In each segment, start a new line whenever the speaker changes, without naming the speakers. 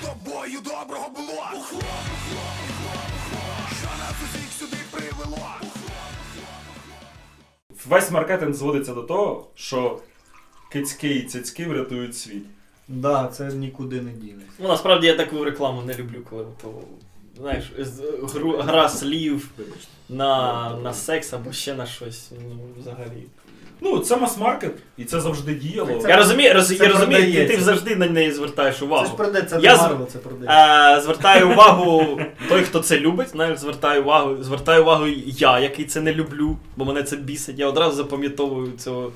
Тобою доброго було Бухло, бухло, бухло, бухло Що нас усіх сюди привело
Весь маркетинг зводиться до того, що кицьки і цицьки врятують світ.
Да, це нікуди не дінеться.
Ну, насправді я таку рекламу не люблю, коли то. Знаєш, з- гру- гра слів
Ну,
на, на секс або ще на щось. Ну, взагалі.
Ну, це мас-маркет, і це завжди діяло.
Це-
Я розумію, роз,
це
я розумію ти, ти
продається.
завжди на неї звертаєш увагу.
Це ж продається, це
Я
не
з-
Марвел, це продається.
Е, звертаю увагу той, хто це любить, навіть звертаю увагу, звертаю увагу і я, який це не люблю, бо мене це бісить. Я одразу запам'ятовую цього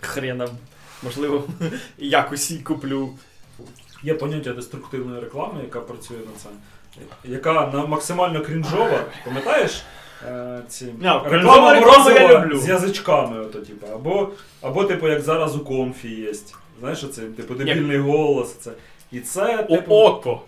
хрена. Можливо, якось і куплю.
Є поняття деструктивної реклами, яка працює на це, яка на максимально крінжова, пам'ятаєш? е, Ці
А, крінжова реклама
морозива
я люблю.
з язичками, ото, типу. Або, або, типу, як зараз у конфі є. Знаєш, це типу дебільний голос. Це. І це
О,
типу,
око.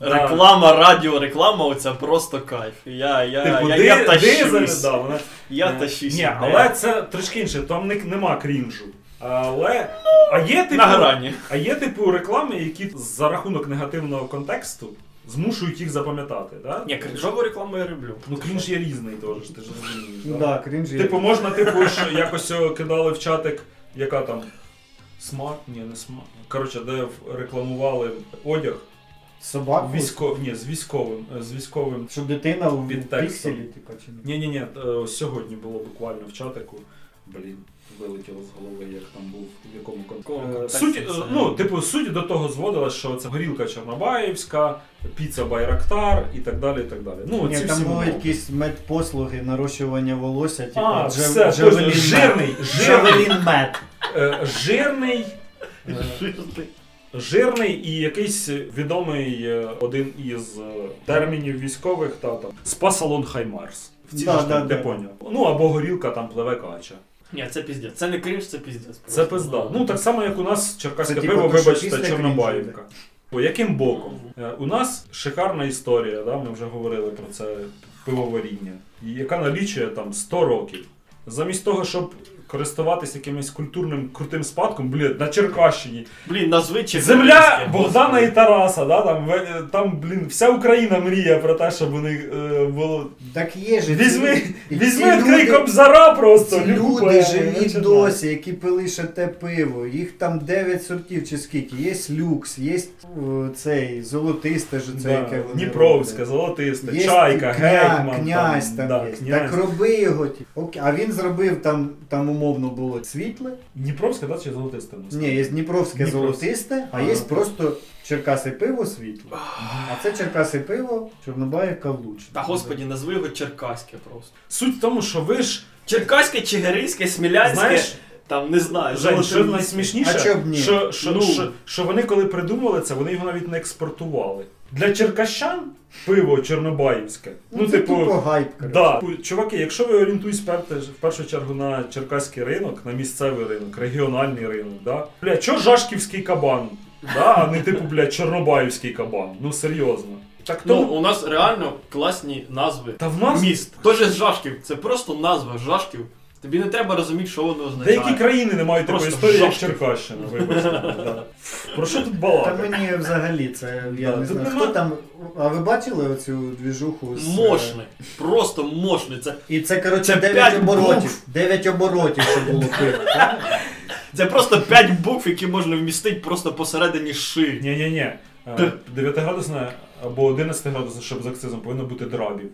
Да.
Реклама, радіо, реклама, оця просто кайф. Я, я,
типу,
я,
ди-
я
дизель,
тащусь.
да, вона-
Я
Е,
тащусь.
Ні,
іде.
але це трішки інше, там не, нема крінжу. Е, Але. а є типу.
на грані.
А є типу реклами, які за рахунок негативного контексту змушують їх запам'ятати, да?
Ні, крінжову рекламу я люблю.
Ну крінж є різний теж, ти ж розумієш.
Ну
да?
да, крінж є.
Типу, можна, типу, що якось о, кидали в чатик, яка там. Смарт? Ні, не смарт. Коротше, де в- рекламували одяг
Собаку,
військо... Ні, з військовим. е, З військовим.
що дитина в
Під текстом.
пікселі, типу, чи ні?
Ні, ні, ні, е, сьогодні було буквально в чатику. Блін, вилетіло з голови, як там був, в якому контексті.
В якому
Е,
контексті
Суть,
це?
е, ну, типу, суть до того зводила, що це горілка Чорнобаївська, піца Байрактар і так далі. і так далі. Ну,
Ні,
ці
там
всі
були
умови.
якісь медпослуги, нарощування волосся, типу,
А,
джев-
все,
джевелін
точно,
мед.
жирний, жирний,
Джевелін мед.
е, жирний, е, жирний і якийсь відомий е, один із е, термінів військових та там спа-салон Хаймарс. В цій
Да,
ж там,
да,
ти
да.
поняв. Ну або горілка там пливе кача.
Ні, це піздець. Це не крінж, це піздець.
Це
просто.
пизда. Ну так само, як у нас черкаське
Це, типу,
пиво,
то, що
вибачте,
після
Чорнобаївка.
крінжу
По яким боком? Е, У нас шикарна історія, да? ми вже говорили про це пивоваріння, і яка налічує там 100 років. Замість того, щоб користуватись якимось культурним крутим спадком, блін, на Черкащині.
Блін, назви чи
Земля Богдана і Тараса, да? там, ви- е, там, блін, вся Україна мріє про те, щоб у них е, було.
Так є же.
Візьми,
ці- і ці
візьми відкрий
люди-
кобзара просто.
Ці
любе,
люди живі
начинай.
досі, які пили ще те пиво. Їх там 9 сортів чи скільки. Є люкс, є е, цей золотисте ж це,
Да,
яке вони
Дніпровське,
роблять.
Золотисте,
Є
Чайка,
кня-
Гетьман.
Князь там,
да,
є.
князь.
Так роби його. ті. Окей. А він зробив там, там умовно було світле.
Дніпровське, да, чи золотисте? ми
Ні, є Дніпровське
Дніпровське.
золотисте, а є
Ага.
просто Черкаси пиво світле. А це Черкаси пиво, Чорнобаївка луч.
Та господі, назви його черкаське просто.
Суть в тому, що ви ж
Черкаське, чигиринське, смілянське,
знаєш,
там не знаю.
Жень,
Золотий
що
Луцьк.
найсмішніше,
А чо б ні?
Що, що,
Ну.
що, що вони коли придумували це, вони його навіть не експортували. Для черкащан пиво чорнобаївське. Ну,
це
типу,
тупо гайп. коротше.
да. Типу, чуваки, якщо ви орієнтуєтесь перте- в першу чергу на черкаський ринок, на місцевий ринок, регіональний ринок, да? бля, чо жашківський кабан, да? а не типу, бля, чорнобаївський кабан. Ну серйозно. Так
Ну,
тому.
у нас реально класні назви.
Та в нас
Міст. Тож з Жашків, це просто назва Жашків. Тобі не треба розуміти, що воно означає.
Деякі країни не мають такої
Просто
історії, як
жахливо.
Черкащина, вибачте. Да. Про що тут
Та
балакати?
мені взагалі це я
Да,
не
тут
знаю.
нема-
Хто там. А ви бачили оцю двіжуху з. е,
Мощне, просто мощне. Це,
І це, коротше,
Це
9
п'ять
оборотів.
букв.
9 оборотів, що було пиво. так?
це просто 5 букв, які можна вмістити просто посередині ши.
Ні-ні-ні. 9 градусне або 11 градусне, щоб з акцизом, повинно бути драбів.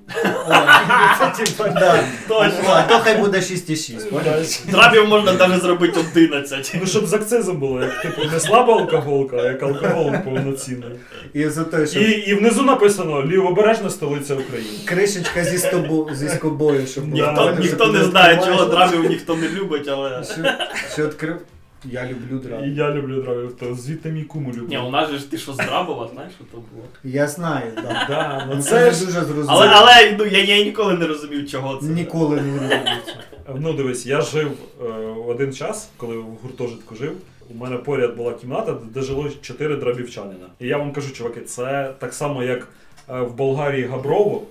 О, це типа, да.
Точно.
А то хай буде 6,6. понял?
Драбів можна навіть зробити 11.
Ну, щоб з акцизом було, як типу не слаба алкоголка, а як алкоголь повноцінний.
І за те,
І,
що
і внизу написано лівобережна столиця України.
кришечка зі стобо- зі скобою, щоб була.
Ніхто,
Знаєте,
ніхто
що
не
ти
знає,
відкриваєш,
чого драбів ніхто не любить, але.
Що, що відкрив? Я люблю
І
драб.
я люблю драбів, то звідти мій куму люблю.
Ні, у нас же ж ти що здрабила, знаєш, що то було.
Я знаю, да.
Да, ну,
Це
це
не
ж...
дуже зрозуміло.
Але, але ну, я, я ніколи не розумів, чого це.
Ніколи не робиться.
Ну дивись, я жив е, один час, коли в гуртожитку жив. У мене поряд була кімната, де жило чотири драбівчанина. І я вам кажу, чуваки, це так само, як е, в Болгарії Габрово,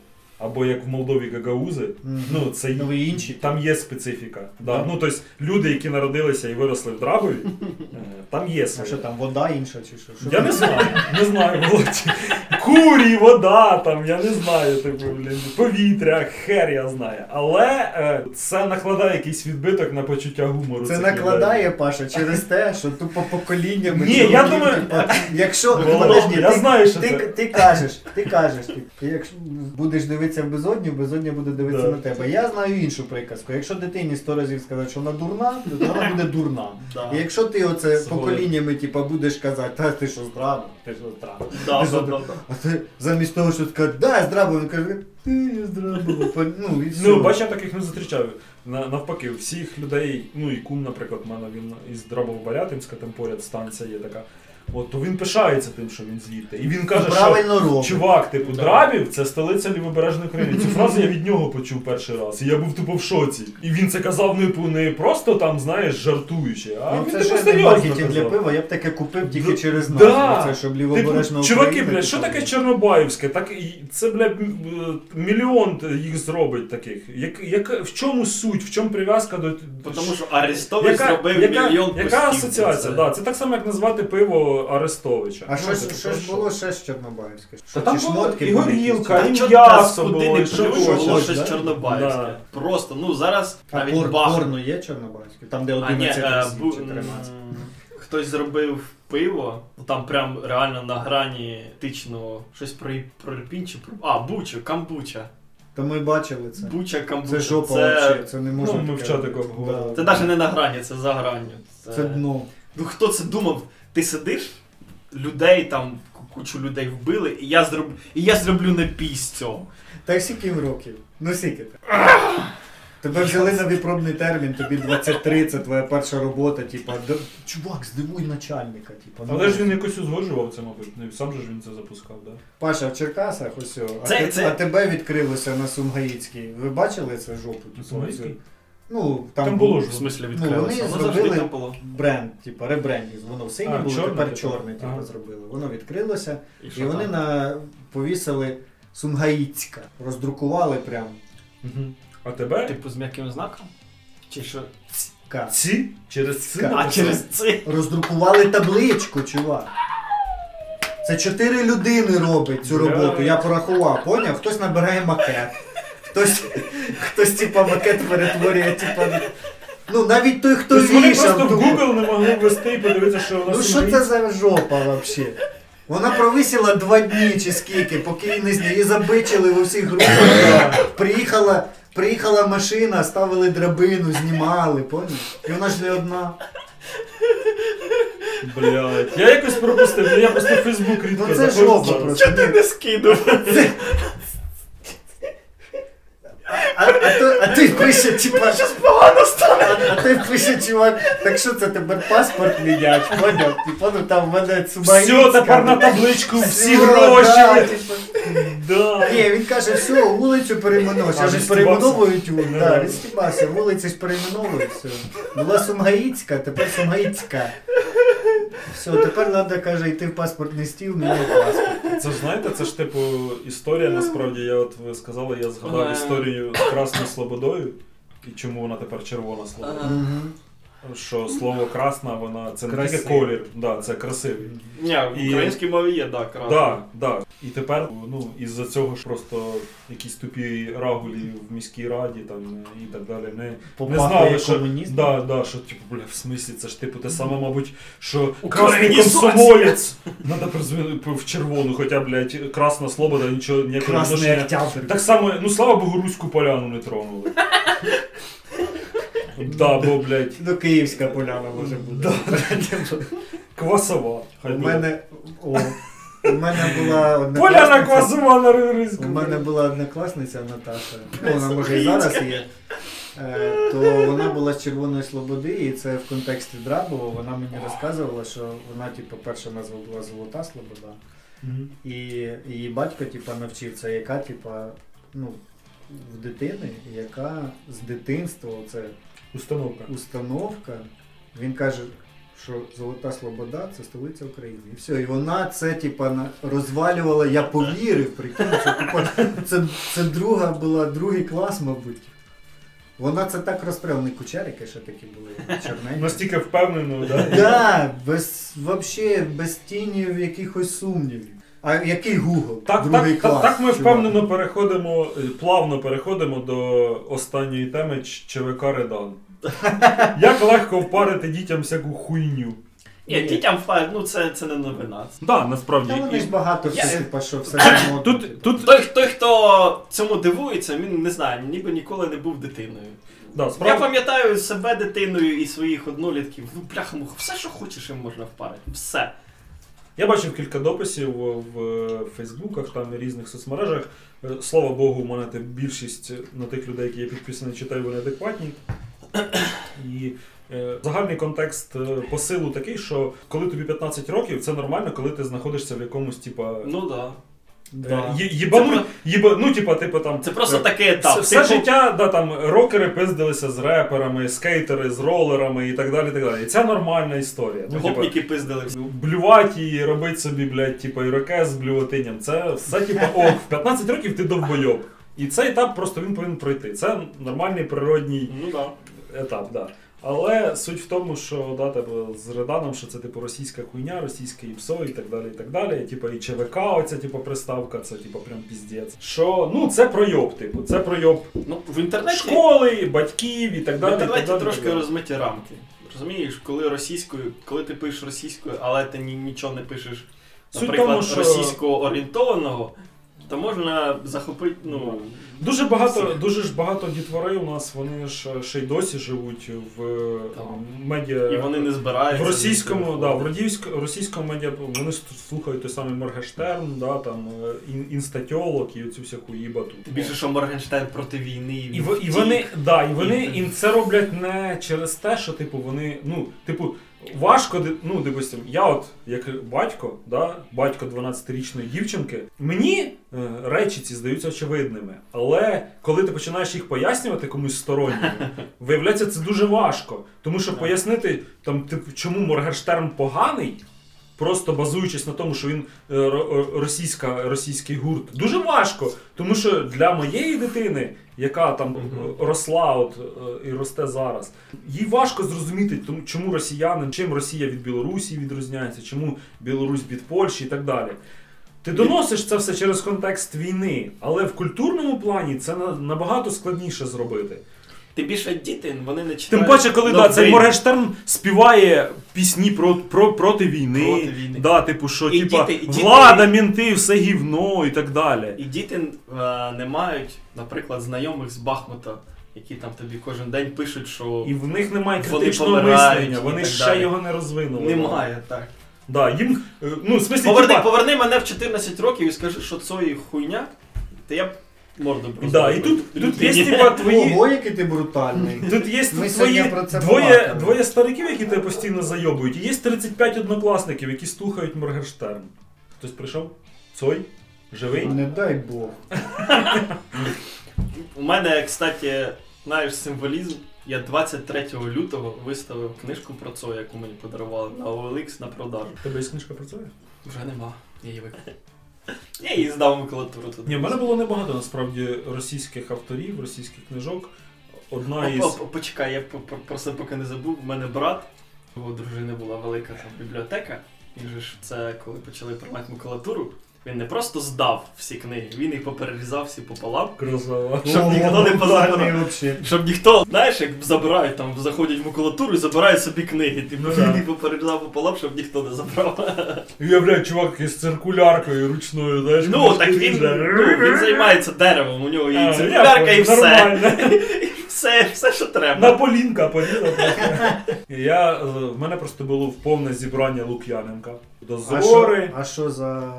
або як в Молдові Гагаузи.
Мгм.
Ну, це
Ну, і інші.
Там є специфіка. Да.
Да.
Ну, тобто, люди, які народилися і виросли в Драбові, е, там є
А
своє.
що там, вода інша чи що? Що
Я не знаю, не знаю, Володь. Меркурій, вода, там, я не знаю, типу, блін, повітря, хер я знаю. Але е, це накладає якийсь відбиток на почуття гумору.
Це
цих
накладає Паша через те, що тупо поколіннями.
Ні, я
чуваків,
думаю-
типа, якщо
Володя,
Подожди,
я
ти,
знаю, що
ти,
це.
ти кажеш, ти кажеш, ти, ти якщо будеш дивитися в безодню, безодня буде дивитися
Да.
на тебе. Я знаю іншу приказку. Якщо дитині сто разів сказати, що вона дурна, то вона буде дурна. І якщо ти оце
Згоден.
поколіннями, типа, будеш казати, та ти що здрава,
людей. Ти ж от рано.
Да,
Ти
да,
задав-
да, да.
а ти замість того, що сказати, да, я здрава, він каже, ти не здрава. Ну, і все.
Ну, бач, я таких не зустрічав. На, навпаки, всіх людей, ну і кум, наприклад, в мене він із Драбов-Барятинська, там поряд станція є така. От, то він пишається тим, що він звідти. І він каже, що
правильно робить.
Чувак, типу,
Да.
Драбів це столиця Лівобережної України. Цю фразу я від нього почув перший раз. І я був тупо в шоці. І він це казав не, по- не просто там, знаєш, жартуючи, а
Ну,
він
це
типу
ж не
серйозно
маркетинг для
казав.
пива, я б таке купив тільки
Да.
через назву.
Да.
Це щоб
Типу,
лівобережна
чуваки,
Україна,
блядь, що
типу.
таке Чорнобаївське? Так і- це, блядь, м- м- мільйон їх зробить таких. Як, як, в чому суть, в чому прив'язка до.
Тому що Арестович зробив мільйон
яка
постів.
асоціація?
Це-
Да, це так само, як назвати пиво Арестовича.
А що
Ну,
ж
типу,
що ж
що?
було ще з Чорнобаївське?
Та там
Чи
було
шмотки
і
були
горілка,
якісь?
Та
і
чорт
м'ясо
нас куди не
було, і що
плюнь,
хочеш,
було щось
да?
Чорнобаївське.
Да.
Просто, ну зараз
А
навіть
пор,
бах.
порно є Чорнобаївське? Там, де
А, ні,
11
е,
осіб
бу-
чи 13.
м, хтось зробив пиво, ну, там прям реально на грані тичного щось про, і- про Ірпінь чи про. А, бучу, камбуча.
То ми бачили це.
Буча, камбуча.
Це жопа
це,
взагалі, це не
Ну,
можна.
ми
таке
в чатику
робити.
обговорили.
це навіть не на грані, це за гранню. Це...
Це дно.
Ну хто це думав? Ти сидиш, людей там, ку- кучу людей вбили, і я зроб... і я зроблю напій з цього.
Та скільки їм років? Ну скільки ти? Тебе взяли на випробний термін, тобі 23, це твоя перша робота, типа, «Да, чувак, здивуй начальника, типа. ну».
Але ж він якось узгоджував це, мабуть. Ну, і Сам же ж він це запускав, да?
Паша в Черкасах ось, о, а,
Це-
те-
це-
а тебе відкрилося на Сумгаїцькій. Ви бачили це жопу? типу,
Сумгаїцькій?
оцю? Ну, там,
Там,
був
було ж.
В смислі
Ну,
відкрилося.
вони
Воно
зробили-
завжди там було.
бренд, типу, ребрендінг. Воно в синє
А,
було,
чорне,
тепер
типу?
чорне, типу,
Ага.
зробили. Воно відкрилося,
що
і вони
там?
на... повісили Сумгаїцька. Роздрукували прям
Мгм. А тебе?
Типу з м'яким знаком? Чи що?
К.
Ці? Через ці?
А
А
написано?
через це.
Роздрукували табличку, чувак. Це чотири людини робить цю
Бля.
роботу. Я порахував, поняв? Хтось набирає макет. Хтось, хтось типа, макет перетворює, типа. Ну, навіть той, хто
Тобто вони просто
вішав.
в
тупо.
Google не могли ввести і подивитися, що у нас
Ну що це за жопа взагалі? Вона провисіла два дні чи скільки, поки її не зняли. Її забичили в усіх групах. Приїхала, приїхала машина, ставили драбину, знімали, поняв? І вона ж не одна.
Блядь. Я якось пропустив, ну, я просто в Фейсбук рідко
Ну це
заходжу
жопа
зараз.
просто.
Чого ти не скинув?
А, а, то, а той пише, типа,
Погано стало.
а, а той пише, чувак, так що це тепер паспорт мінять, поняв? Типа, ну там в мене сумаїцька.
Все, тепер на табличку всі
Всьо, да,
гроші.
типа.
Да.
Ні, він каже, все, вулицю перейменуєш,
А,
а ж
відстібався.
перейменовують вулицю.
Ну,
Да,
да.
відстібався, вулицю ж перейменовують, все. Була Сумгаїцька, тепер Сумгаїцька. Все, тепер треба, каже, йти в паспортний стіл, міняти паспорт.
Це ж знаєте, це ж типу історія, насправді, я от ви сказали, я згадав
Е.
історію з Красною Слободою. І чому вона тепер червона слобода?
Ага.
Мгм.
Що слово красна, вона це не тільки
Красивий.
колір, да, це красивий.
Ні, в
І-
українській мові є, так, крапка.
Да, да. І тепер ну із-за цього ж просто якісь тупі рагулі в міській раді там і так далі. Не, не
Попахує
знали, що
комуніст.
да, да, що типу, бля, в смислі, це ж типу те саме, мабуть, що красний
Українізація!
комсомолець. Надо призвонити в червону, хоча, блядь, красна слобода, нічого ніякого
Красний
відношення.
октябрь.
Так само, ну слава Богу, руську поляну не тронули. Да, бо, блядь,
Ну, київська поляна може бути.
квасова. Хай
У
буде.
мене. О, у мене була
Поляна
однокласниця.
квасова на ризку.
У мене була однокласниця Наташа. Ну,
Це
вона може і
українська.
зараз є. Е, То вона була з Червоної Слободи, і це в контексті Драбова. Вона мені розказувала, що вона, типу, перша назва була Золота Слобода.
Мгм.
І її батько, типу, навчив це, яка, типу, ну, в дитини, яка з дитинства це
Установка.
установка. Він каже, що Золота Слобода це столиця України. І все. І вона це, типа, на- розвалювала, я повірив, прикинь, це, типа, це, це друга була, другий клас, мабуть. Вона це так розправила, не кучерики ще такі були, чорненькі.
Настільки впевнено, да?
Да, без, вообще, без тіні якихось сумнівів. А який Google?
Так,
Другий
так, так,
клас.
так ми
чувак.
впевнено переходимо, е, плавно переходимо до останньої теми Ч- ЧВК Редан. Як легко впарити дітям всяку хуйню.
Ні, дітям файл, ну це, це не новина.
Да, насправді.
Та вони
і-
ж багато
Я-
всіх пішов все одно.
Тут, тут
Типу, Той, той, хто цьому дивується, він не знає, ніби ніколи не був дитиною.
да,
Я
справа,
пам'ятаю себе дитиною і своїх однолітків. Ну, бляха, муха, все, що хочеш, їм можна впарити. Все.
Я бачив кілька дописів в е, Фейсбуках, там і різних соцмережах. Е, Слава Богу, у мене те- більшість е, на тих людей, які я підписаний, читаю, вони адекватні. І е, загальний контекст е, посилу такий, що коли тобі 15 років, це нормально, коли ти знаходишся в якомусь, типа. е,
Ну да.
є- Їбану,
Це про-
їба, ну, типа, типу там.
Це просто типу-
е,
такий етап.
все, все життя, да, там рокери пиздилися з реперами, скейтери з ролерами і так далі. І так далі. І це нормальна історія. Ну, типа,
гопніки пиздили.
блювати і робити собі, блядь, типа ірокез з блюватиням. Це все типа ок. В 15 років ти довбойоб. І цей етап просто він повинен пройти. Це нормальний природній
Ну да.
етап, да. Але суть в тому, що да, типу, з Реданом, що це типу російська хуйня, російське ІПСО і так далі. І так далі. Типа і ЧВК, оця типу, приставка, це типу прям піздець. Що ну це пройоб, типу, це пройоб
Ну, в інтернеті.
школи, батьків і так
В
далі. і так
інтернеті
далі, і так
Ну, трошки
далі.
розмиті рамки. Розумієш, коли російською, коли ти пишеш російською, але ти ні, нічого не пишеш,
Суть
наприклад,
тому, що-
російсько орієнтованого, то можна захопити, ну.
Дуже багато,
Всіх.
дуже ж багато дітвори у нас, вони ж е, ще й досі живуть в е,
Так.
медіа.
І вони не збираються.
Е, в російському,
звідти
да, в
виходити.
радівсько, російському медіа вони с- слухають той самий Моргештерн, да, там е, ін, інстатіолог і цю всяку їбату.
Тим Більше, що Моргенштерн проти війни.
І,
він
в- і
втік.
вони, да, і вони і це роблять не через те, що типу вони, ну, типу, важко, ди- ну, допустим, я от як батько, да, батько 12-річної дівчинки, мені е, речі ці здаються очевидними. Але коли ти починаєш їх пояснювати комусь сторонньому, виявляється, це дуже важко. Тому що
Так.
пояснити, там, типу, чому Моргенштерн поганий. Просто базуючись на тому, що він е, ро- ро- російська, російський гурт, дуже важко. Тому що для моєї дитини, яка там
Мгм.
е, росла от, е, і росте зараз, їй важко зрозуміти, тому- чому росіяни, чим Росія від Білорусі відрізняється, чому Білорусь від Польщі і так далі. Ти доносиш це все через контекст війни, але в культурному плані це на- набагато складніше зробити.
Тим більше діти, вони не читають.
Тим паче, коли да,
новин.
цей Моргенштерн співає пісні про, про, проти війни.
Проти війни.
Да, типу, що
І
типа,
діти- і діти-
влада, мінти, все гівно і так далі.
І діти е, не мають, наприклад, знайомих з Бахмута, які там тобі кожен день пишуть, що
І в них немає
Вони
критичного
помирають
мислення,
і
вони
так
ще
далі.
його не розвинули.
немає так.
Да, їм, е, ну, в смислі,
Поверни,
типа,
поверни мене в 14 років і скажи, що це хуйня, то я б морду просто.
да, і тут,
розбив
тут є
людині.
типа твої.
Ого, який ти брутальний.
Тут є
Ми
твої
сьогодні про це
двоє,
балакали.
двоє стариків, які тебе постійно зайобують, і є 35 однокласників, які слухають Моргенштерн. Хтось прийшов? Цой? Живий?
Не дай Бог.
У мене, кстати, знаєш, символізм. Я 23 лютого виставив книжку про це, яку мені подарували на OLX на продажу.
У Тебе є книжка про Цоя?
Вже нема. Я її викупив. Я її здав в макулатуру тут.
Ні, в мене було небагато насправді російських авторів, російських книжок. Одна
Оп-
із.
оп- Почекай, я по- по- просто поки не забув. У мене брат, його дружини була велика там бібліотека. Він же ж це коли почали приймати макулатуру. Він не просто здав всі книги, він їх поперерізав всі пополам.
Крозова.
Щоб ніхто не позабирав.
Ну, взагалі.
Щоб ніхто, знаєш, як забирають там, заходять в макулатуру і забирають собі книги. Ти
Ну
ну,
да.
їх поперерізав пополам, щоб ніхто не забрав.
Уявляю, чувак із циркуляркою ручною, знаєш.
Ну так
книжки
він,
різне.
ну, він займається деревом, у нього
А,
і циркулярка, і все.
Нормально.
Все, все, що
На
треба.
полінка поліна просто. Я, е, в мене просто було в повне зібрання Лук'яненка.
А що,
Дозори,
а що за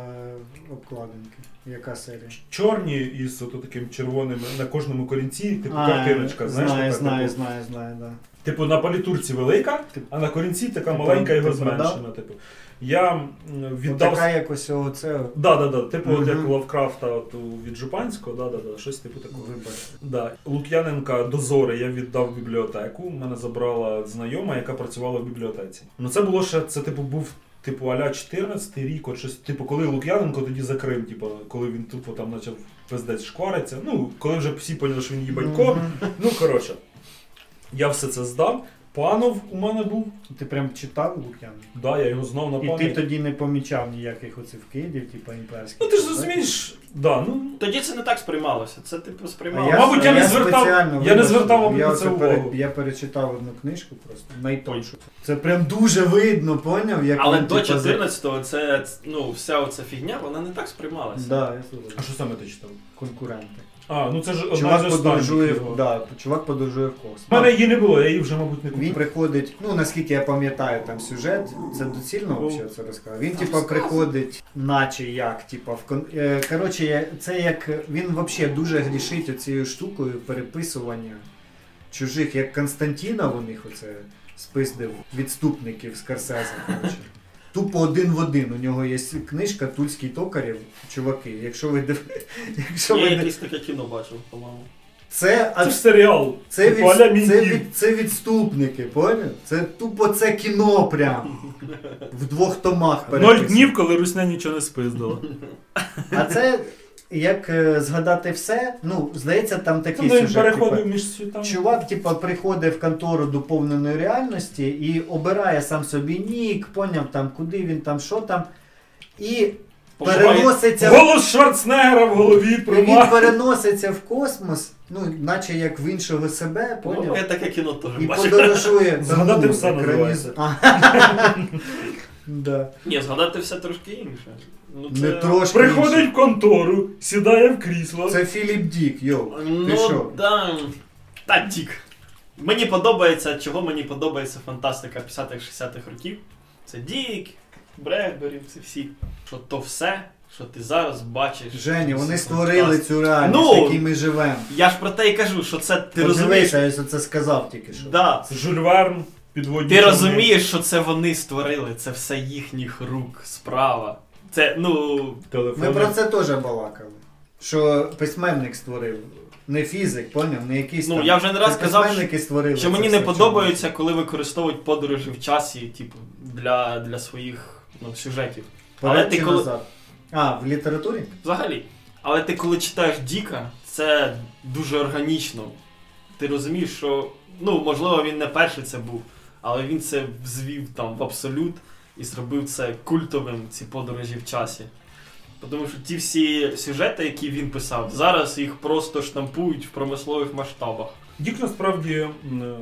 обкладинки? Яка серія?
чорні із ото таким червоним на кожному корінці, типу
А,
картиночка, знаєш,
Знаю,
така,
знаю,
типу,
знаю, знаю, да.
Типу на палітурці велика,
Тип- типу,
а на корінці така
Ти
маленька
прям-
його
ти продав?
зменшена. Типу. Я м, віддав.
Отака якось оце,
Да, да, да. Типу, от як
Мгм.
у Лавкрафта от, у- від Жупанського, да, да, да, щось типу такого.
вибач.
Да. Лук'яненка дозори я віддав в бібліотеку. Мене забрала знайома, яка працювала в бібліотеці. Ну це було ще, це типу був. Типу аля 14 рік, от щось, типу, коли Лук'яненко тоді закрив, типу, коли він тупо там почав пиздець шквариться. Ну, коли вже всі поняли, що він їбанько.
Мгм.
Ну, коротше, я все це здав. Панов у мене був.
Ти прям читав Лук'ян?
Да, я його знав на
І ти
Ну, пам'ять.
тоді не помічав ніяких оцих вкидів, типу імперських.
Ну ти ж
так?
розумієш, да, ну.
Тоді це не так сприймалося. Це типу
А
сприймалося.
я,
Мабуть, я не звертав-
спеціально
я не
вибачив.
звертав вам
Я
на це
оце пере-
увагу.
Я перечитав одну книжку просто, найтоншу. Це прям дуже видно, поняв? Як
Але
він,
до
типу, за-
14-го це ну, вся оця фігня, вона не так сприймалася.
Да, я слухаю.
А що саме ти читав?
Конкуренти.
А, ну це ж одна з
Чувак подорожує,
останніх.
в-
його.
да, чувак подорожує в космос.
У мене її не було, я її вже, мабуть, не
Він
купив.
приходить, ну наскільки я пам'ятаю там сюжет, це доцільно
Ну,
вообще це розказав. Він типа приходить, наче як, типа в кон... е, коротше, я- це як він вообще дуже грішить цією штукою переписування чужих, як Константіна у них оце спиздив відступників Скорсезе. Коротше. Тупо один в один. У нього є книжка Тульський токарів. Чуваки, якщо ви див... якщо
Я
ви див-
якесь таке кіно бачив, по-моєму.
це
Це ж серіал.
це,
Типу, а-ля
від, це,
Мінді.
від, це відступники, поняв? Це тупо це кіно прям. В двох томах
Ноль
переписано.
днів, коли Русня нічого не спиздила.
А це як е, згадати все, ну, здається, там
Це
такий
він
сюжет.
переходив
типу,
між світами.
Чувак, типа, приходить в контору доповненої реальності і обирає сам собі нік, поняв там, куди він там, що там. І переноситься в
Голос Шварценеггера в голові
він
приймає.
переноситься в космос, ну, наче як в іншого себе,
По-моєму,
поняв?
я таке кіно теж
І
бачив.
подорожує. та
Згадати
ну,
все
екраніст-
називається.
А. Да.
Ні, згадати все трошки інше. Ну, це...
Не трошки.
Приходить
інше.
в контору, сідає в крісло.
Це Філіп Дік, йоу. Ти
Ну,
що?
да. Та дік. Мені подобається, чого мені подобається фантастика 50-60-х років. Це Дік, Бредбері, це всі. Що то все, що ти зараз бачиш.
Женя,
це
вони
фантастика.
створили цю реальність,
Ну!
в якій ми живемо.
Я ж про те і кажу, що це ти розумієш.
Подивися, я ось це сказав тільки що.
Да.
Жюль Верн, підводні.
Ти
човни.
розумієш, що це вони створили, це все їхніх рук, справа. Це, ну.
Ми
Телефони.
про це теж балакали. Що письменник створив. Не фізик, поняв? Не якийсь
Ну,
там.
я вже не раз
Це
казав,
письменники створили.
Що
це
мені
все,
не
чому?
подобається, коли використовують подорожі в часі, типу, для, для своїх ну, сюжетів.
Вперед
Але ти
чи
коли-
назад? А, в літературі?
Взагалі. Але ти коли читаєш Діка, це дуже органічно. Ти розумієш, що ну, можливо, він не перший це був, але він це звів там в абсолют і зробив це культовим, ці подорожі в часі. Тому що ті всі сюжети, які він писав, зараз їх просто штампують в промислових масштабах.
Дік насправді, м, е,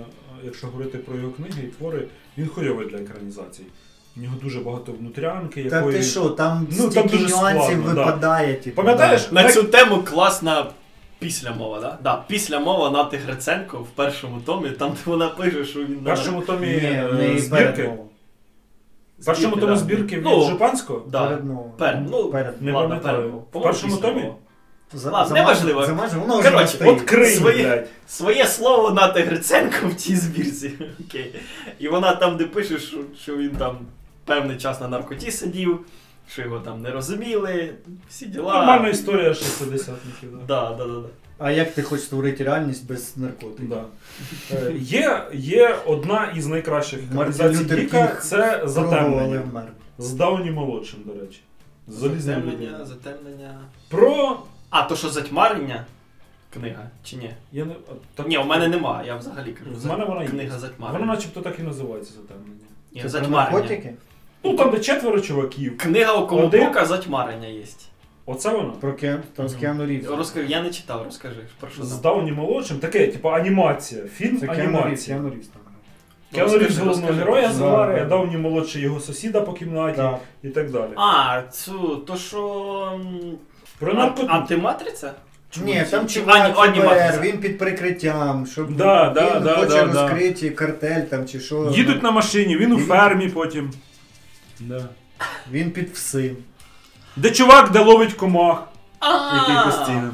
якщо говорити про його книги і твори, він хуйовий для екранізацій. У нього дуже багато внутрянки,
Та
якої.
ти що, там
Ну, там
стільки
дуже
нюансів
складно, да.
випадає, типу.
Пам'ятаєш?
На
Так.
цю тему класна післямова, да? Да, післямова Нати Гриценко в першому томі, там де вона пише, що він
В
на
першому
Да.
томі
Ні,
е,
не
збірки.
передмова.
В першому
Збірки,
тому
да.
збірки від
Ну,
Жупанського.
Да.
Передмова.
Пер, ну,
Перед.
Не
ладно,
пам'ятаю.
перед.
В
По-моєму,
першому
післямова.
томі?
За, ну,
Ладно,
замаж-
неважливо.
замаж- воно вже
Коротше,
не стоїть.
От Крим,
Свої-
блядь.
Своє слово Нати Гриценко в тій збірці. Окей. І вона там, де пише, що, що він там певний час на наркоті сидів, що його там не розуміли, всі діла.
Нормальна історія 60-х. Да.
Да, да, да, да.
А як ти хочеш створити реальність без наркотиків?
Да. Е, Є, є одна із найкращих
Мартін
екранізацій
Лютер
Діка
Кінг
це
Пробували
затемнення.
вмер.
З Дауні молодшим, до речі. З залізним
Затемнення,
людиною.
затемнення.
Про.
А, то що затьмарення? Книга, чи ні?
Я не... так-
Ні, у мене нема, я взагалі кажу.
В
за-
мене вона є.
Книга затьмарення.
Воно начебто так і називається затемнення.
Це
Ні,
про
затьмарення.
наркотики?
Ну там де четверо чуваків.
Книга у
Один?
Колобока затьмарення є.
Оце воно.
Про Ке... там з
Мгм.
Кіану Рівз.
Розкажи, я не читав, розкажи, про що
З
там.
Дауні молодшим. Таке, типу, анімація. Фільм
Це Кіану Рівз,
анімація.
Кіану Рівз там.
Кіану Рівз головного героя
Да,
звари,
да.
Дауні молодший його сусіда по кімнаті
Так.
і так далі.
А, цю, то що. м,
Про
ан-
наркоту.
Антиматриця?
Ні, там
Чи
чувак
ані- ані-
ФБР, він під прикриттям, щоб
Да,
він
да, да,
хоче
да, да.
розкрити картель там чи що.
Їдуть на машині, він у
Їдуть.
фермі потім. Да.
Він під всім.
Де чувак, де ловить комах,
А,
який постійно.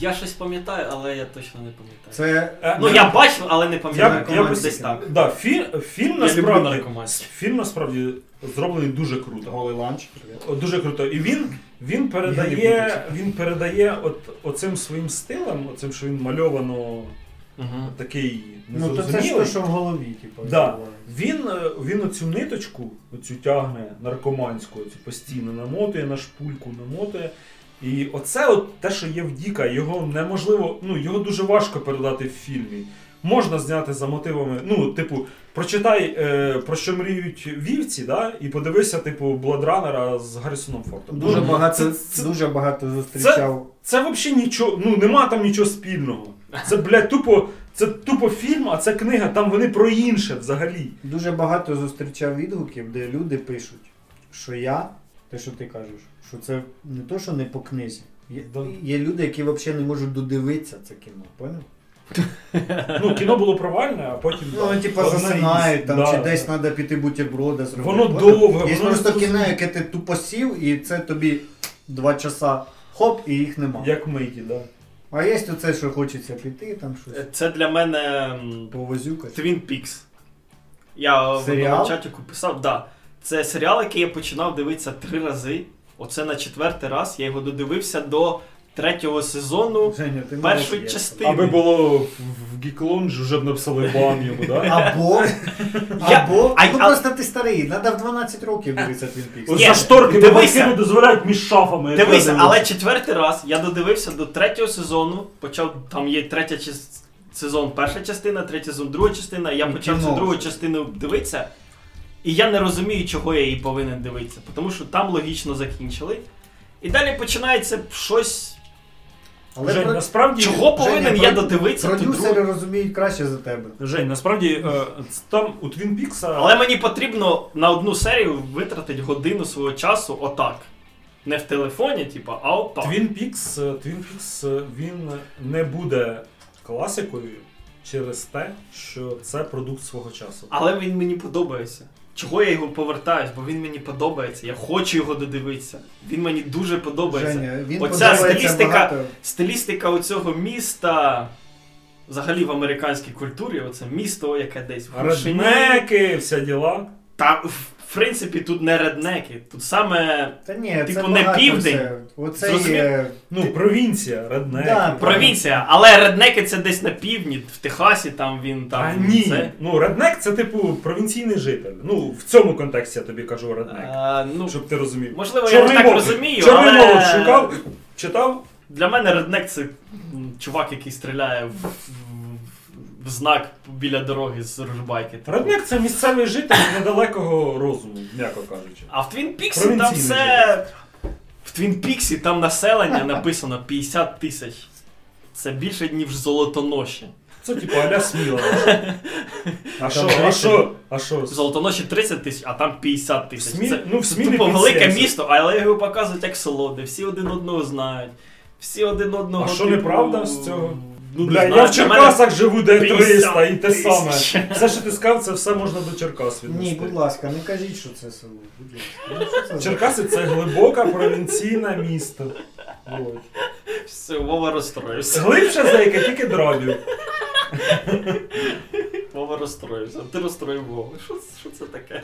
Я щось пам'ятаю, але я точно не пам'ятаю.
Це
Е,
Ну я бачив, але не пам'ятаю.
Я- Ну, я
Я,
би-
десь так.
Да, фільм, фільм,
Я люблю
насправді,
наркоманів.
фільм насправді зроблений дуже круто.
голий ланч.
О, Дуже круто. І він, він
Я не
передає, він передає от, оцим своїм стилем, оцим, що він мальовано
Угу.
такий
Ну то це ж те,
незрозумілий.
що в голові, типу.
Да.
відбувається.
Він, е, він оцю ниточку, оцю тягне наркоманську, оцю постійно намотує на шпульку, намотує. І оце от те, що є в Діка, його неможливо, ну його дуже важко передати в фільмі. Можна зняти за мотивами. Ну, типу, прочитай, е, про що мріють вівці, да? і подивися, типу, Бладранера з Гаррісоном Фортом.
Дуже
Ну,
багато,
це- це-
дуже багато зустрічав.
Це взагалі нічого, ну нема там нічого спільного. Це, блядь, тупо, це тупо фільм, а це книга, там вони про інше взагалі.
Дуже багато зустрічав відгуків, де люди пишуть, що я, те, що ти кажеш, що це не то, що не по книзі. Є,
Да.
є люди, які взагалі не можуть додивитися це кіно, поняв?
Ну, кіно було провальне, а потім.
Ну,
там,
типа
одна
засинають,
із-
там
да,
чи
да.
десь треба піти бутерброда зробити.
Воно
От,
довге, воно
Є просто
розпусне.
кіно, яке ти тупо сів, і це тобі два часа хоп, і їх нема.
Як миті, да.
А є оце, що хочеться піти, там щось
Е,
Це для мене м,
повозюкати.
Twin Peaks. Я в
Серіал?
одному чатіку писав, да. Це серіал, який я починав дивитися три рази. Оце на четвертий раз. Я його додивився до третього сезону.
Женя, ти
першу
молодець.
частину.
Аби було в- в Гіклонж вже б написали бан йому, да?
Або,
Я-
або,
а-
ну
а-
просто ти старий, треба в 12 років дивитися Twin Peaks.
От
Ні,
За шторки
дивися.
батьки не дозволяють між шафами. я
Дивися,
тебе
але
дивлюсь.
четвертий раз я додивився до третього сезону. Почав там є третя чис- сезон, перша частина, третій сезон, друга частина. Я
Ну,
почав
кіно
цю другу
вже.
частину дивитися. І я не розумію, чого я її повинен дивитися, тому що там логічно закінчили. І далі починається щось.
Але
Жень,
про-
насправді.
Чого
Женя,
повинен
про-
я додивитися? ту
продюсери
другу?
розуміють краще за тебе.
Жень, насправді е, ц- там у Твін Пікса.
Але мені потрібно на одну серію витратити годину свого часу отак. Не в телефоні, типа, а отак.
Твін Пікс, е, Твін Пікс е, він не буде класикою через те, що це продукт свого часу.
Але він мені подобається. Чого я його повертаюсь? Бо він мені подобається. Я хочу його додивитися. Він мені дуже подобається.
Женя, він
Оця
подобається
стилістика-
багато.
Стилістика оцього міста. Взагалі в американській культурі, оце місто, яке десь в глушині.
Реднеки, вся діла.
Та в принципі тут не реднеки. Тут саме
Та ні, це
Типу, не
багато
південь.
все. Оце
Зрозумів?
є.
Ну, провінція, реднеки.
Да,
провінція. Але реднеки це десь на півдні, в Техасі, там він там.
А ні.
Це...
Ну, реднек це типу провінційний житель. Ну, в цьому контексті я тобі кажу реднек.
А, ну,
Щоб ти розумів.
можливо, я не так
Волк.
розумію,
Чорний
але-
Волк шукав, читав.
Для мене реднек це м, чувак, який стріляє в, в- в знак біля дороги з ружбайки. типу.
Реднек це місцевий житель недалекого розуму, м'яко кажучи.
А в Твін Піксі там
Провінційний
все. В Твін Піксі там населення написано 50 тисяч. Це більше, ніж золотоноші.
Це типу Аля Сміла. А що, а що, а що?
В Золотоноші 30 тисяч, а там 50 тисяч.
Сміль-
Це
ну, в Смілі
тупо
під
велике
70.
місто, але його показують як село, де всі один одного знають. Всі один одного.
А що
типу,
неправда з цього?
Ну, не
Бля, я
знаю,
в
для мене
Черкасах живу, де 300 і
50
те саме.
тисяч.
Все, що ти сказав, це все можна до Черкас
Ні, будь
віднести.
ласка, не кажіть, що це село. Будь ласка. Ну, що це за-
Черкаси це глибока провінційне місто. От.
Все, Вова розстроївся.
Глибше за яке тільки драбів.
Вова розстроївся. Ти розстроїв Вову. Що, це- що це таке?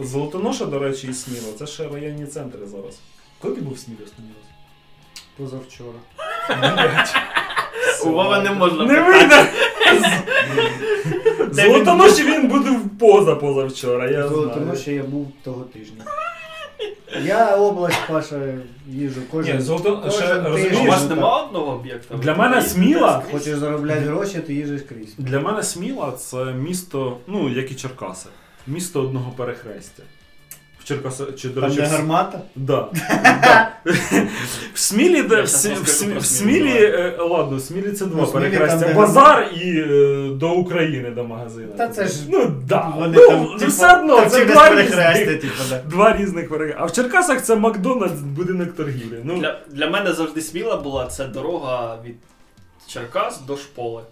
Золотоноша, до речі, і Сміло. Це ще районні центри зараз. Коли ти був в Смілі останній раз?
Позавчора.
У Вови не можна
Не
питати.
вийде!
Де він
Золотоноші він буде в поза позавчора, я
Тому
знаю.
що я був того тижня. Я область, Паша, їжу кожен.
Ні, золото...
кожен
ще,
тиждень.
А у
розумієш,
вас нема одного об'єкта?
Для мене Сміла-
Хочеш заробляти гроші, ти їжиш крізь.
Для мене Сміла це місто, ну як і Черкаси, місто одного перехрестя. В Черкаси, чи до
Там
речі,
не
в... С-
гармата?
да. Да. в Смілі, де
Я
в,
щас
С- в,
розкажу
Смі-
про
в
Смілу,
Смілі,
давай.
е, ладно, в Смілі це два
Ну, в Смілі там,
перехрестя.
де
Базар і е, до України до магазину.
Та це ж-
ну да.
Вони
ну,
там,
ну,
типу,
все одно,
там
це
через
два
перехрестя,
різних,
типу, да.
два різних перехрестя. А в Черкасах це Макдональдс, будинок торгівлі. Ну,
Для, для мене завжди сміла була це дорога від Черкас до Шполи.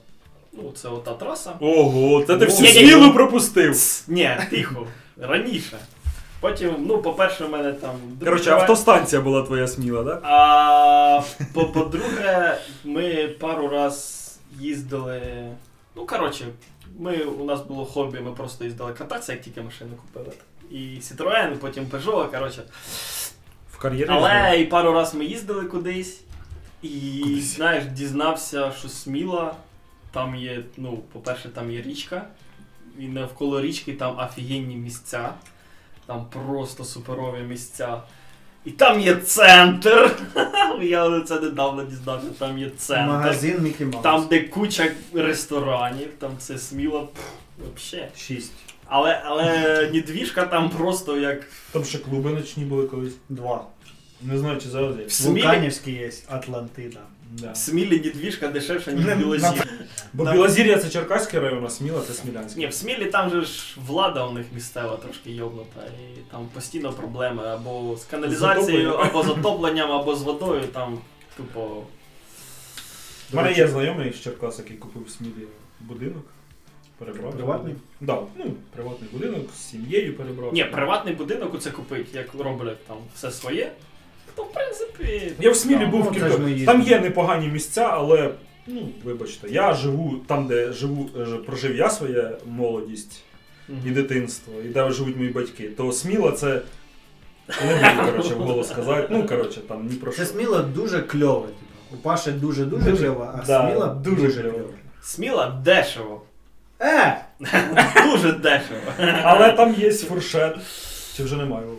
Ну, це ота траса.
Ого, це ти
Ну,
всю
я- я-
Смілу пропустив.
Тс, Ні, тихо, раніше. Потім, ну, по-перше, в мене там.
Коротше,
друга-
автостанція була твоя Сміла, так?
А по- по-друге, ми пару раз їздили. Ну, коротше, ми, у нас було хобі, ми просто їздили кататися, як тільки машину купили. І Citroen, потім Peugeot, коротше.
В кар'єрі. знову.
Але і пару раз ми їздили кудись, і
Кудись.
знаєш, дізнався, що сміла. Там є, ну, по-перше, там є річка, і навколо річки там офігенні місця. Там просто суперові місця. І там є центр. Я це недавно дізнався, там є центр.
Магазин Мікі Маус.
Там, де куча ресторанів, там це сміло. пф, Вообще.
шість.
Але, але недвіжка там просто як
Там ще клуби ночні були колись.
Два.
Не знаю, чи зараз є.
в смілі,
Вулканівський є, Атлантида.
Да.
в смілі недвіжка дешевше, ніж
Не,
в білозі.
Бо
Там-
Білозір'я це Черкаський район, а Сміла це Смілянський.
Ні, в смілі там же ж влада у них місцева трошки йобнута, і там постійно проблеми або з каналізацією,
Затоплення.
або з отопленням, або з водою. Там, типу, тупо,
У мене є знайомий з Черкас, який купив в Смілі будинок. Перебрав.
Приватний?
Да, ну, приватний будинок з сім'єю перебрав.
Ні, приватний будинок оце купить, як роблять там все своє. То в принципі.
Я в Смілі
там,
був
ну, це
кілька.
ж ми їздимо.
Там є непогані місця, але ну, вибачте, я живу там, де живу, е, прожив я своя молодість і
мгм.
дитинство, і де живуть мої батьки, то сміло це. Не буду, коротше, вголос сказати. Ну, коротше, там ні про що.
Це сміло дуже кльово. типу. У Паші дуже-дуже
Дуже-
кльово, а
да,
сміло
дуже
дуже,
кльово.
кльово.
Сміла дешево.
Е!
Дуже дешево.
Але там є фуршет. Чи вже немає? його?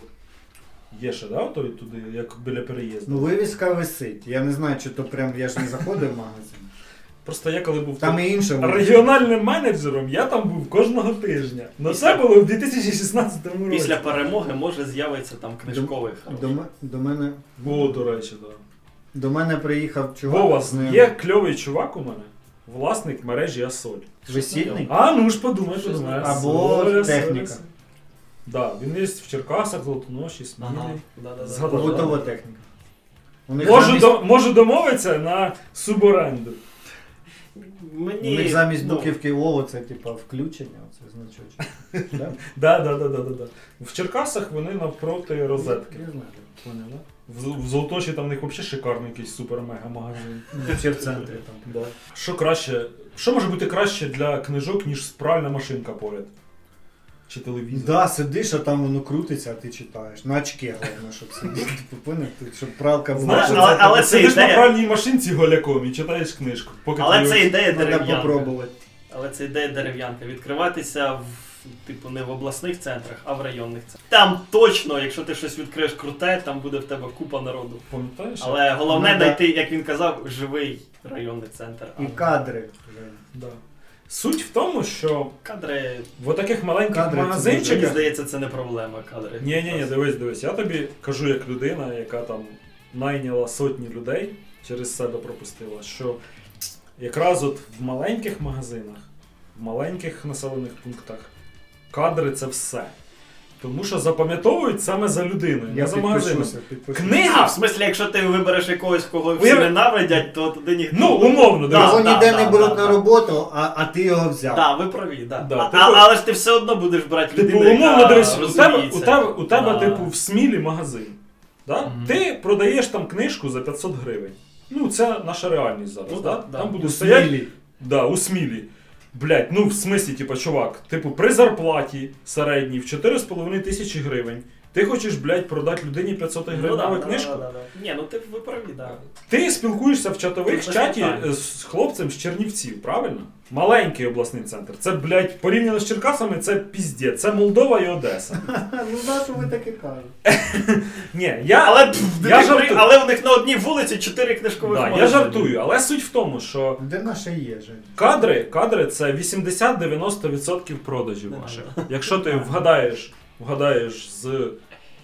Є ще, да, той туди, як біля переїзду.
Ну вивіска висить. Я не знаю, чи то прям я ж не заходив в магазин.
Просто я коли був
Там
тут
і інше.
регіональним менеджером, я там був кожного тижня. Ну це було в 2016 році.
Після перемоги може з'явиться там книжковий
До,
хороший.
м- до мене,
О, до речі, так. Да.
до мене приїхав чувак
Вова,
з ним.
є кльовий чувак у мене, власник мережі Асоль.
Весільний.
А ну ж подумай,
Щось
подумай.
таке.
Або
Асоль, Асоль,
техніка.
Асоль. Да, він є в Черкасах, Золотоноші, Смілі.
Ну,
Ага, да-да-да.
Згадав.
Побутова техніка. У них
Можу,
ну. замість-
до, можу домовитися на суборенду.
у
Мені
них замість
ну,
буківки ОО це типа включення, це значочок. Да?
Да, да, да, да, да, да. В Черкасах вони навпроти розетки.
Я знаю.
Поняла? В, в Золотоші там в них взагалі шикарний якийсь супер-мега магазин.
Ще в центрі там.
Да. Що краще? Що може бути краще для книжок, ніж пральна машинка поряд? Чи телевізор?
Да, сидиш, а там воно крутиться, а ти читаєш. На очки, головне, щоб сидіти. Типу, поняв? Ти- щоб правка
Знаєш,
була.
це
але-
так,
але
ти
це
сидиш на
ідея.
пральній машинці голяком і читаєш книжку. Поки
Але
ти
це
її-
ідея
Треба
дерев'янка.
попробувати.
Але це ідея дерев'янка. Відкриватися в типу не в обласних центрах, а в районних центрах. Там точно, якщо ти щось відкриєш круте, там буде в тебе купа народу.
пам'ятаєш?
Але головне
Ну, да.
знайти, як він казав, живий районний центр. А
Ну,
І кадри. вже.
Да. Суть в тому, що
Кадри,
в таких маленьких
Кадри це
мені
магазинчиках.
здається, це не проблема. Кадри.
Ні, ні, ні, дивись, дивись. Я тобі кажу як людина, яка там найняла сотні людей, через себе пропустила, що якраз от в маленьких магазинах, в маленьких населених пунктах кадри це все. Тому що запам'ятовують саме за людиною, не
Я
Ну, за магазином.
підпишуся, підпишуся.
А, в
Книга!
смислі, якщо ти вибереш якогось, кого всі
Ви-
ненавидять, то туди ніхто.
Ну, умовно, дивись.
Його
да,
ніде
да,
не беруть
да,
на
да.
роботу, а, а ти його взяв.
Так, ви праві, да.
Да,
а,
типу-
а- але ж ти все одно будеш брати
Типу,
людину,
умовно
яка
дивись, у тебе, у
розуміється.
тебе, у тебе
Да.
типу, в смілі магазин. Да?
Мгм.
Ти продаєш там книжку за 500 гривень. Ну, це наша реальність зараз.
Ну,
да?
так, да.
Там
У
будуть стоять
Смілі.
Да, у Смілі. Блять, ну в смислі, типа, чувак, типу, при зарплаті середній в 4,5 тисячі гривень. Ти хочеш, блядь, продати людині 500 гривень
Ну, да, да,
книжку?
да, да, да. Ні, ну ти ви праві, да.
Ти спілкуєшся в чатових
Це
чаті
питання.
е, з хлопцем з Чернівців, правильно? Маленький обласний центр. Це, блядь, порівняно з Черкасами, це піздє. Це Молдова і Одеса.
Ха, Ну за що ви таке кажете?
Ні, я.
Але, пф,
Я
ти
жартую.
при- але в них на одній вулиці чотири книжкових
Да, я
магазини.
жартую, але суть в тому, що
Де наша є, Жень?
кадри, кадри це 80-90% продажів
Да,
ваших.
да.
Якщо ти вгадаєш, вгадаєш з.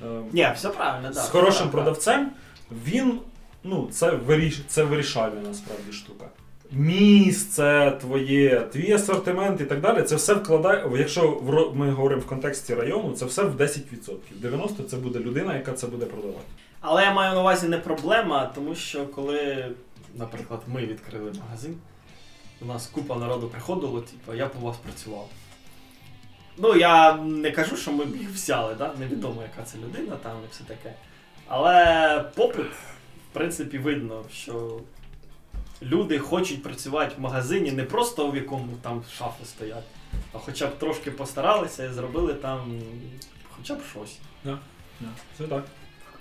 е,
Ні, все правильно, да.
з
все
хорошим
правильно.
продавцем, він ну, це, виріш... це вирішальна насправді штука. Місце твоє, твій асортимент і так далі. Це все вкладає. в- Якщо в ро- ми говоримо в контексті району, це все в 10%. 90% це буде людина, яка це буде продавати.
Але я маю на увазі не проблема, тому що коли, наприклад, ми відкрили магазин, у нас купа народу приходило, типу, я б у вас працював. Ну, я не кажу, що ми б їх взяли, да? невідомо, яка це людина там і все таке. Але попит, в принципі, видно, що люди хочуть працювати в магазині не просто в якому там шафи стоять, а хоча б трошки постаралися і зробили там хоча б щось.
Це так.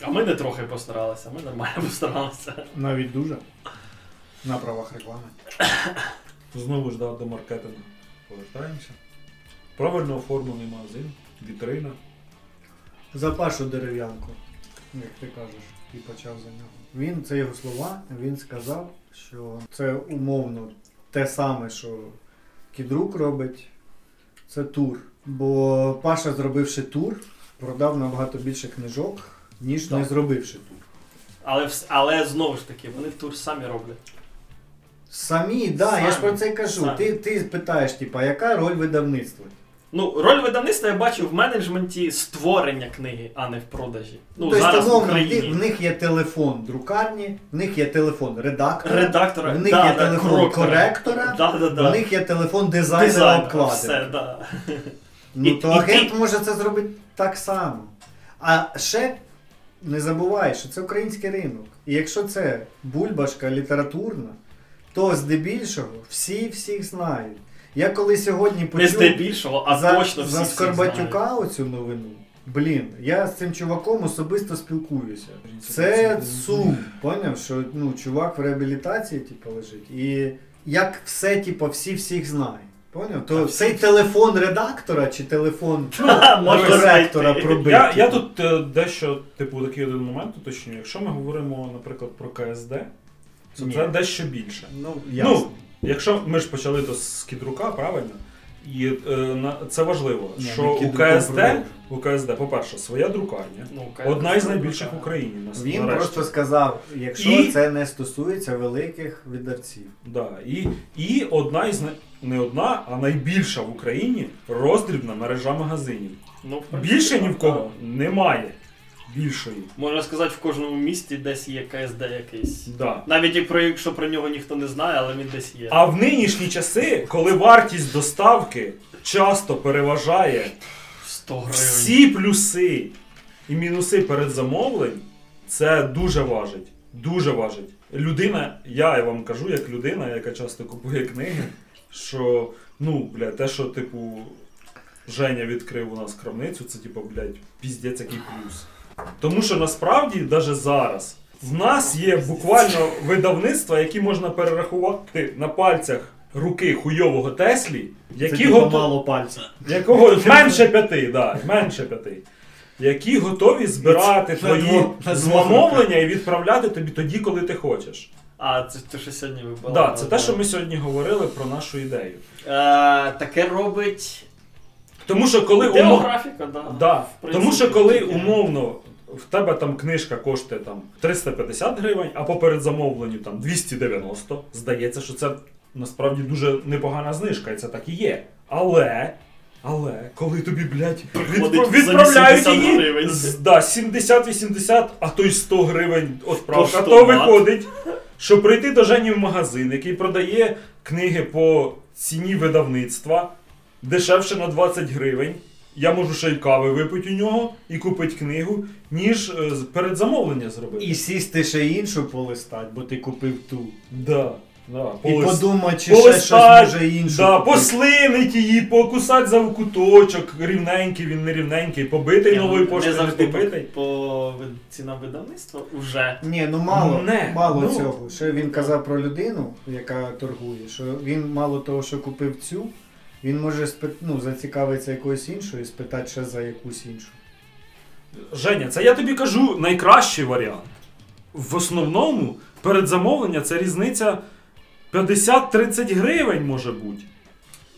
А ми не трохи постаралися, ми нормально постаралися.
Навіть дуже. На правах реклами.
Знову ж да, до маркетингу повертаємося. Правильно оформлений магазин, вітрина.
За Пашу дерев'янку, як ти кажеш. і почав за нього. Він, це його слова, він сказав, що це умовно те саме, що Кідрук робить, це тур. Бо Паша, зробивши тур, продав набагато більше книжок, ніж
Так.
не зробивши тур.
Але, вс- але знову ж таки, вони тур самі роблять.
Самі, так, да, я ж
Самі,
про це й кажу.
самі.
Ти, ти питаєш, типа, яка роль видавництва?
Ну, роль видавництва я бачу в менеджменті створення книги, а не в продажі. Ну,
Тобто,
зараз в
умовно,
Україні.
ти- в них є телефон друкарні, в них є телефон редактора,
Редактора,
в них
да,
є
да,
телефон
коректора.
коректора,
Да, да, да.
в них є телефон дизайнера обкладинки.
все, да.
Ну
І-
то
і
агент
ти-
може це зробити так само. А ще не забувай, що це український ринок. І якщо це бульбашка літературна, то здебільшого всі всіх знають. Я коли сьогодні
Не
почув
здебільшого, а
за,
точно всі
за
всі знають.
Скорбатюка оцю новину, блін, я з цим чуваком особисто спілкуюся. Це
Це-
сум, поняв, що ну, чувак в реабілітації типу, лежить. І як все, типу, всі всіх знають. Поняв? То
всі-
цей телефон редактора чи телефон
Ну,
Можна
коректора
знайти.
пробити.
Я, я тут е, дещо, типу, такий один момент уточнюю. Якщо ми говоримо, наприклад, про КСД, то
Ні.
це дещо більше.
Ну, ясно.
Ну, якщо ми ж почали то з кідрука, правильно? І е, на, це важливо,
Ні, ну,
що
ми
у
Кідрука
КСД,
продовжимо.
у КСД, по-перше, своя друкарня,
Ну,
одна із найбільших в Україні. нас-
Він
нарешті.
просто сказав, якщо
І-
це не стосується великих видавців.
Да. І, і одна із най- не одна, а найбільша в Україні роздрібна мережа магазинів.
Ну, в принципі,
Більше ні в
так.
кого немає. Більшої.
Можна сказати, в кожному місті десь є КСД якийсь.
Да.
Навіть і про якщо про нього ніхто не знає, але він десь є.
А в нинішні часи, коли вартість доставки часто переважає
100 гривень.
всі плюси і мінуси перед замовлень, це дуже важить. Дуже важить. Людина, я вам кажу, як людина, яка часто купує книги, що ну, бля, те, що типу Женя відкрив у нас крамницю, це типу, блядь, піздець який плюс. Тому що насправді, навіть зараз, в нас є буквально видавництва, які можна перерахувати на пальцях руки хуйового Теслі,
це
які
типу,
готові.
мало Типу, пальців.
Якого менше п'яти, да, менше п'яти. Які готові збирати
На
твої
двох- на двох
зламовлення і відправляти тобі тоді, коли ти хочеш.
А, це те, що сьогодні ви
Так,
балакали,
да, це те, що ми сьогодні говорили про нашу ідею.
Е, таке робить
Тому що коли умов...
демографіка, да.
да.
принципі,
тому що коли
таке.
умовно в тебе там книжка коштує там 350 гривень, а по передзамовленню там 290, здається, що це насправді дуже непогана знижка, і це так і є. Але. Але коли тобі, блядь,
Приходить
відпра-
за
відправляють
80
її
гривень.
з- да, 70-80, а то й 100 гривень отправка, то
Коштовно.
виходить, що прийти до Жені в магазин, який продає книги по ціні видавництва дешевше на 20 гривень. Я можу ще й кави випити у нього і купити книгу, ніж е, з- передзамовлення зробити.
І сісти ще іншу полистать, бо ти купив ту.
Да, да,
І
полис-
подумати, чи ще щось
полистать,
може інше.
Да,
купити.
послинить її, покусать за куточок, рівненький він не рівненький, побитий
Ні, ну,
новою
не
поштою, не
завжди
побитий.
по, по ви- цінам видавництва уже.
Ні, ну мало,
Ну, не,
мало
ну.
цього. Ще він казав про людину, яка торгує, що він мало того, що купив цю, він може спи- ну, зацікавитися якоюсь іншою і спитати ще за якусь іншу.
Женя, це я тобі кажу найкращий варіант. В основному передзамовлення це різниця 50-30 гривень може бути.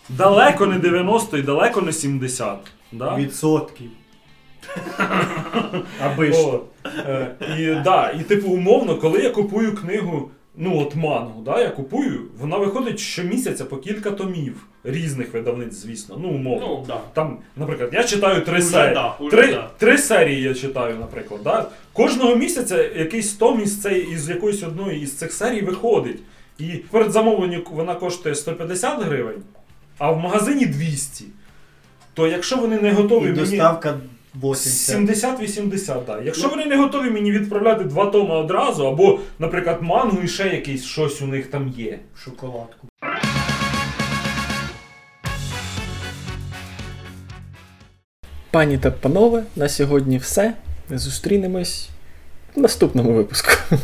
Далеко не 90 і далеко не 70. Да?
Відсотків. Аби
О,
що.
е, і, да, і типу, умовно, коли я купую книгу, ну от мангу, да, я купую, вона виходить щомісяця по кілька томів різних видавниць, звісно. Ну, умовно.
Ну, да.
Там, наприклад, я читаю три
Уже
серії.
да, уже
три,
да.
три серії я читаю, наприклад. Да? Кожного місяця якийсь том із, цей, із якоїсь одної із цих серій виходить. І в передзамовленні вона коштує 150 гривень, а в магазині 200. То якщо вони не готові
І
ну, мені.
доставка 80.
70-80, так. Якщо вони не готові мені відправляти два тома одразу, або, наприклад, мангу і ще якийсь щось у них там є.
Шоколадку.
Пані та панове, на сьогодні все. Зустрінемось в наступному випуску.